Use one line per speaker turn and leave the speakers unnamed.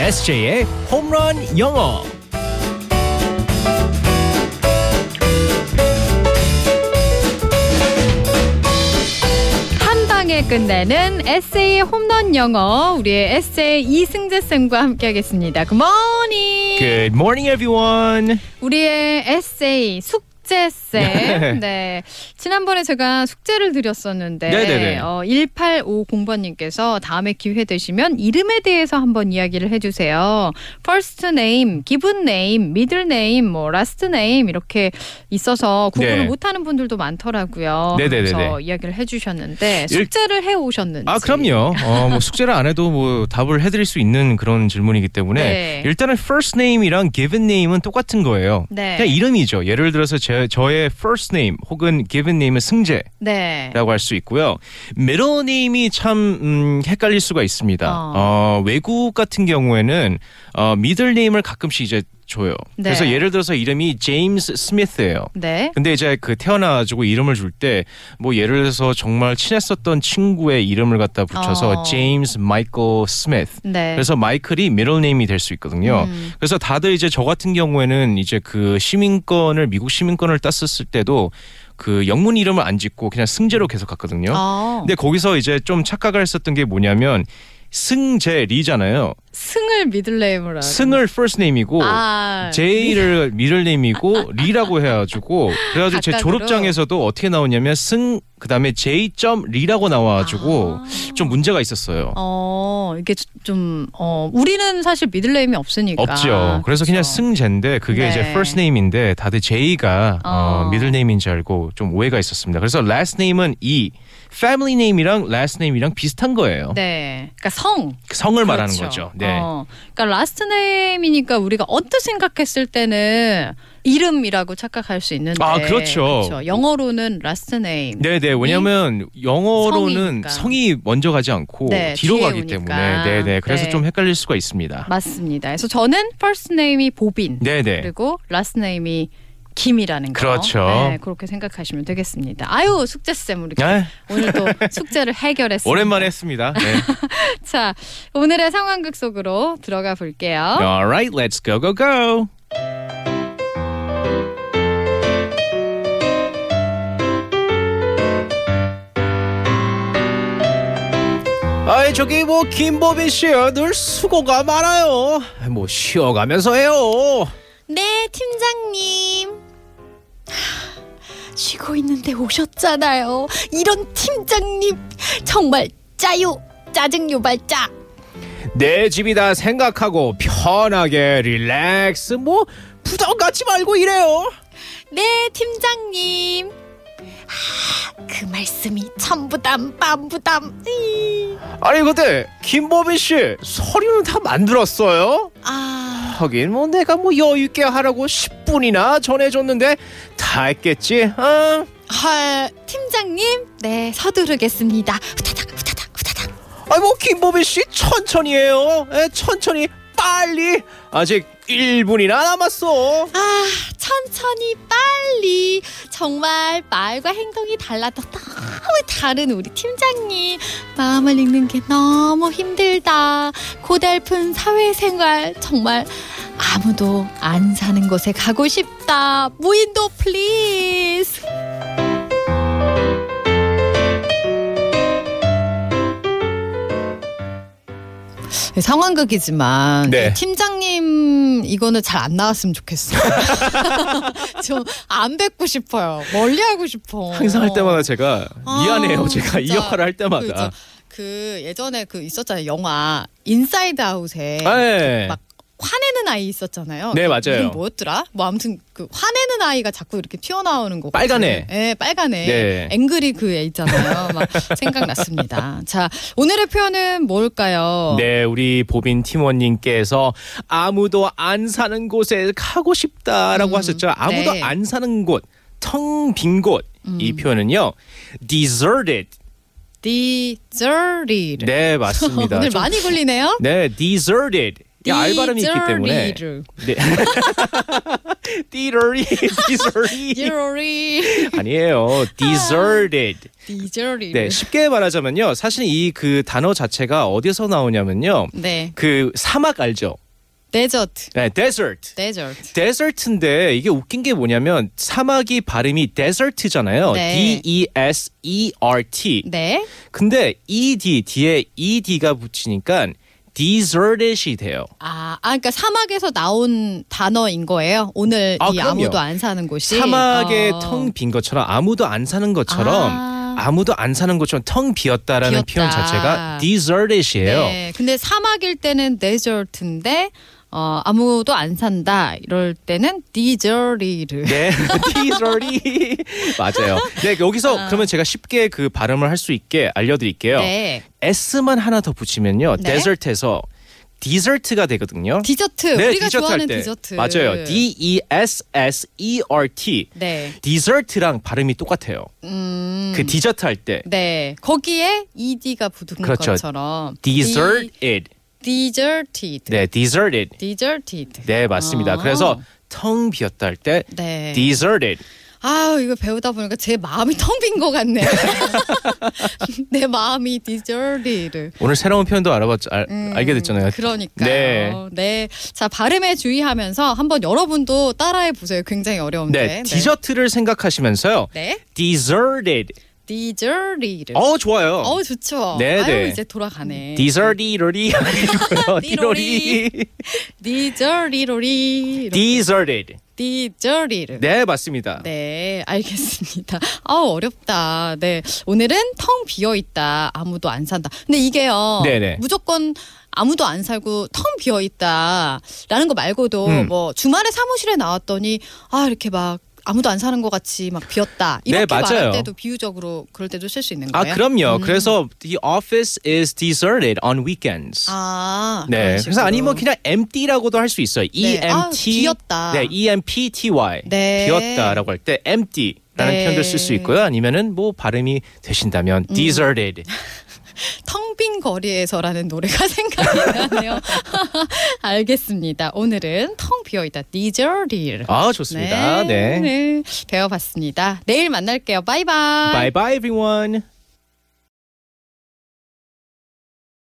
SJ의 홈런 영어.
한 방에 끝내는 에세이 홈런 영어 우리의 에세이 이승재 쌤과 함께하겠습니다. 굿모닝.
Good morning, everyone.
우리의 에세이 숙제 쌤. 네. 지난번에 제가 숙제를 드렸었는데
네네네.
어, 1850번님께서 다음에 기회 되시면 이름에 대해서 한번 이야기를 해주세요. first name, given name, middle name, 뭐 last name 이렇게 있어서 구분을
네.
못하는 분들도 많더라고요.
네네네네.
그래서 이야기를 해주셨는데
일-
숙제를 해 오셨는지.
아 그럼요. 어, 뭐 숙제를 안 해도 뭐 답을 해드릴 수 있는 그런 질문이기 때문에
네.
일단은 first name이랑 given name은 똑같은 거예요.
네.
그냥 이름이죠. 예를 들어서 제, 저의 first name 혹은 given name은 승재.
네.
라고 할 수 있고요. middle name이 참 음, 헷갈릴 수가 있습니다.
어.
어. 외국 같은 경우에는 어, middle name을 가끔씩 이제 줘요.
네.
그래서 예를 들어서 이름이 제임스 스미스예요.
네.
근데 이제 그 태어나가지고 이름을 줄 때 뭐 예를 들어서 정말 친했었던 친구의 이름을 갖다
어.
붙여서 제임스 마이클 스미스.
네.
그래서 마이클이 미들 네임이 될 수 있거든요.
음.
그래서 다들 이제 저 같은 경우에는 이제 그 시민권을 미국 시민권을 땄었을 때도 그 영문 이름을 안 짓고 그냥
음.
승재로 계속 갔거든요. 네.
아.
근데 거기서 이제 좀 착각을 했었던 게 뭐냐면 승재리잖아요.
승을 미들네임으로
승을 first name이고
아,
제이를 미들네임이고 리라고 해가지고 그래가지고 제
각각으로?
졸업장에서도 어떻게 나오냐면 승 그다음에 제이 점 리라고 나와가지고
아.
좀 문제가 있었어요.
어 이게 좀 어, 우리는 사실 미들네임이 없으니까
없죠. 그래서 그냥
어 그쵸.
승재인데 그게
네.
이제 first name인데 다들 제이가 어,
어.
미들네임인 줄 알고 좀 오해가 있었습니다. 그래서 last name은 이 family name이랑 last name이랑 비슷한 거예요.
네, 그러니까 성
성을 말하는
그렇죠.
거죠. 네.
어, 그러니까 라스트네임이니까 우리가 언뜻 생각했을 때는 이름이라고 착각할 수 있는데
아, 그렇죠.
그렇죠. 영어로는 라스트네임
네네 왜냐하면 영어로는
성이니까.
성이 먼저 가지 않고
네,
뒤로
뒤에
가기
오니까.
때문에 네네 그래서
네.
좀 헷갈릴 수가 있습니다.
맞습니다. 그래서 저는 퍼스트네임이 보빈
네네
그리고 라스트네임이 김이라는 거.
그렇죠.
네, 그렇게 생각하시면 되겠습니다. 아유, 숙제쌤 우리
네,
오늘 또 숙제를 해결했습니다.
오랜만에 했습니다. 네.
자, 오늘의 상황극 속으로 들어가 볼게요.
All right, let's go go go. 아이 저기 뭐 김보빈 씨요 늘 수고가 많아요. 뭐 쉬어가면서 해요.
네, 팀장님. 쉬고 있는데 오셨잖아요. 이런 팀장님 정말 짜요. 짜증 유발자.
내 집이다 생각하고 편하게 릴렉스 뭐 부담 갖지 말고 이래요.
네, 팀장님. 아, 그 말씀이 천부담 반부담. 으이.
아니 근데 김보빈 씨 서류는 다 만들었어요?
아,
하긴 뭐 내가 뭐 여유 있게 하라고 10분이나 전해줬는데 다 했겠지. 어?
헐, 팀장님. 네, 서두르겠습니다. 후다닥 후다닥 후다닥.
아이 뭐 김보빈 씨 천천히 해요. 에, 천천히 빨리. 아직 1분이나 남았어.
아, 천천히 빨리. 정말 말과 행동이 달라도 너무 다른 우리 팀장님. 마음을 읽는 게 너무 힘들다. 고달픈 사회생활 정말 아무도 안 사는 곳에 가고 싶다. 무인도 플리즈.
상황극이지만
네.
네, 이 팀장님 이거는 잘 안 나왔으면 좋겠어요. 좀 안 뵙고 싶어요. 멀리 하고 싶어.
항상 할 때마다 제가
아,
미안해요. 제가 이
진짜.
역할을 할
그,
때마다.
이제 그 예전에 그 있었잖아요. 영화 인사이드 아웃에
아, 네.
막 화내는 아이 있었잖아요.
네, 맞아요.
이름 뭐였더라? 뭐 아무튼 그 화내는 아이가 자꾸 이렇게 튀어나오는 거.
빨간 애.
예, 빨간애.
네.
앵그리 그 애 있잖아요. 막 생각났습니다. 자, 오늘의 표현은 뭘까요?
네, 우리 보빈 팀원님께서 아무도 안 사는 곳에 가고 싶다라고
음,
하셨죠. 아무도
네. 음.
안 사는 곳, 텅 빈 곳. 이 표현은요, deserted.
Deserted.
네, 맞습니다.
오늘
좀
많이 걸리네요.
네, deserted. 이 알바름이 있기 때문에.
Deserted.
네. 디저리 디저리 네.
디저리
아니에요. deserted.
아. 디저리
네, 쉽게 말하자면요. 사실 이 그 단어 자체가 어디서 나오냐면요.
네
그 사막 알죠?
데저트
네, desert.
데저트
데저트인데 이게 웃긴 게 뭐냐면 사막이 발음이 desert잖아요.
네.
D E S E R T.
네
근데 E ED 뒤에 ED가 붙이니까 deserted이 돼요.
아, 아, 그러니까 사막에서 나온 단어인 거예요. 오늘
아,
이
그럼요.
아무도 안 사는 곳이
사막에
어.
텅 빈 것처럼 아무도 안 사는 것처럼
아,
아. 무도안 사는 것처럼 텅 비었다라는
비었다.
표현 자체가 deserted이에요.
네. 근데 사막일 때는 데저트인데 어, 아무도 안 산다. 이럴 때는 디저리르.
네, 디저리 맞아요. 네, 여기서
아.
그러면 제가 쉽게 그 발음을 할 수 있게 알려드릴게요.
네.
S만 하나 더 붙이면요,
네.
데저트에서 디저트가 되거든요.
디저트.
네,
우리가
디저트
좋아하는
할 때.
디저트.
맞아요. D E S S E R T.
네.
디저트랑 발음이 똑같아요.
음.
그 디저트 할 때
네. 거기에 ed가 붙은
그렇죠.
것처럼
dessert it.
디저티드.
네, dessert it.
디저티드.
네, 맞습니다.
아.
그래서 텅 비었다 할 때
네.
deserted.
아 이거 배우다 보니까 제 마음이 텅 빈 것 같네. 내 마음이 디저리를.
오늘 새로운 표현도 알아봤 알,
음,
알게 됐잖아요.
그러니까요.
네.
네. 자 발음에 주의하면서 한번 여러분도 따라해 보세요. 굉장히
네,
어려운데.
디저트를 생각하시면서요.
네.
deserted.
디저리를.
어 좋아요.
어 좋죠.
네,
아유
네.
이제 돌아가네.
deserted이 아니고요.
디로리.
디로리.
디저리로리.
deserted.
디저리를.
네, 맞습니다.
네, 알겠습니다. 아우 어렵다. 네, 오늘은 텅 비어 있다. 아무도 안 산다. 근데 이게요.
네네.
무조건 아무도 안 살고 텅 비어 있다라는 거 말고도
음.
뭐 주말에 사무실에 나왔더니 아 이렇게 막 아무도 안 사는 것 같이 막 비었다
네,
이렇게
맞아요.
말할 때도 비유적으로 그럴 때도 쓸 수 있는
아
거예요. 음.
그럼요. 그래서 the office is deserted on weekends.
아,
네.
그런
그래서
식으로.
아니 뭐 그냥 empty라고도 할 수 있어요.
네.
EMT.
아, 비었다.
네, EMPTY.
네.
비었다라고 할 때 empty라는
네.
표현도 쓸 수 있고요. 아니면은 뭐 발음이 되신다면 deserted.
텅 빈 거리에서라는 노래가 생각이 나네요. 알겠습니다. 오늘은 텅 비어 있다. 디저리를.
아, 좋습니다. 네.
네. 배워봤습니다. 내일 만날게요. 바이바이.
Bye bye everyone.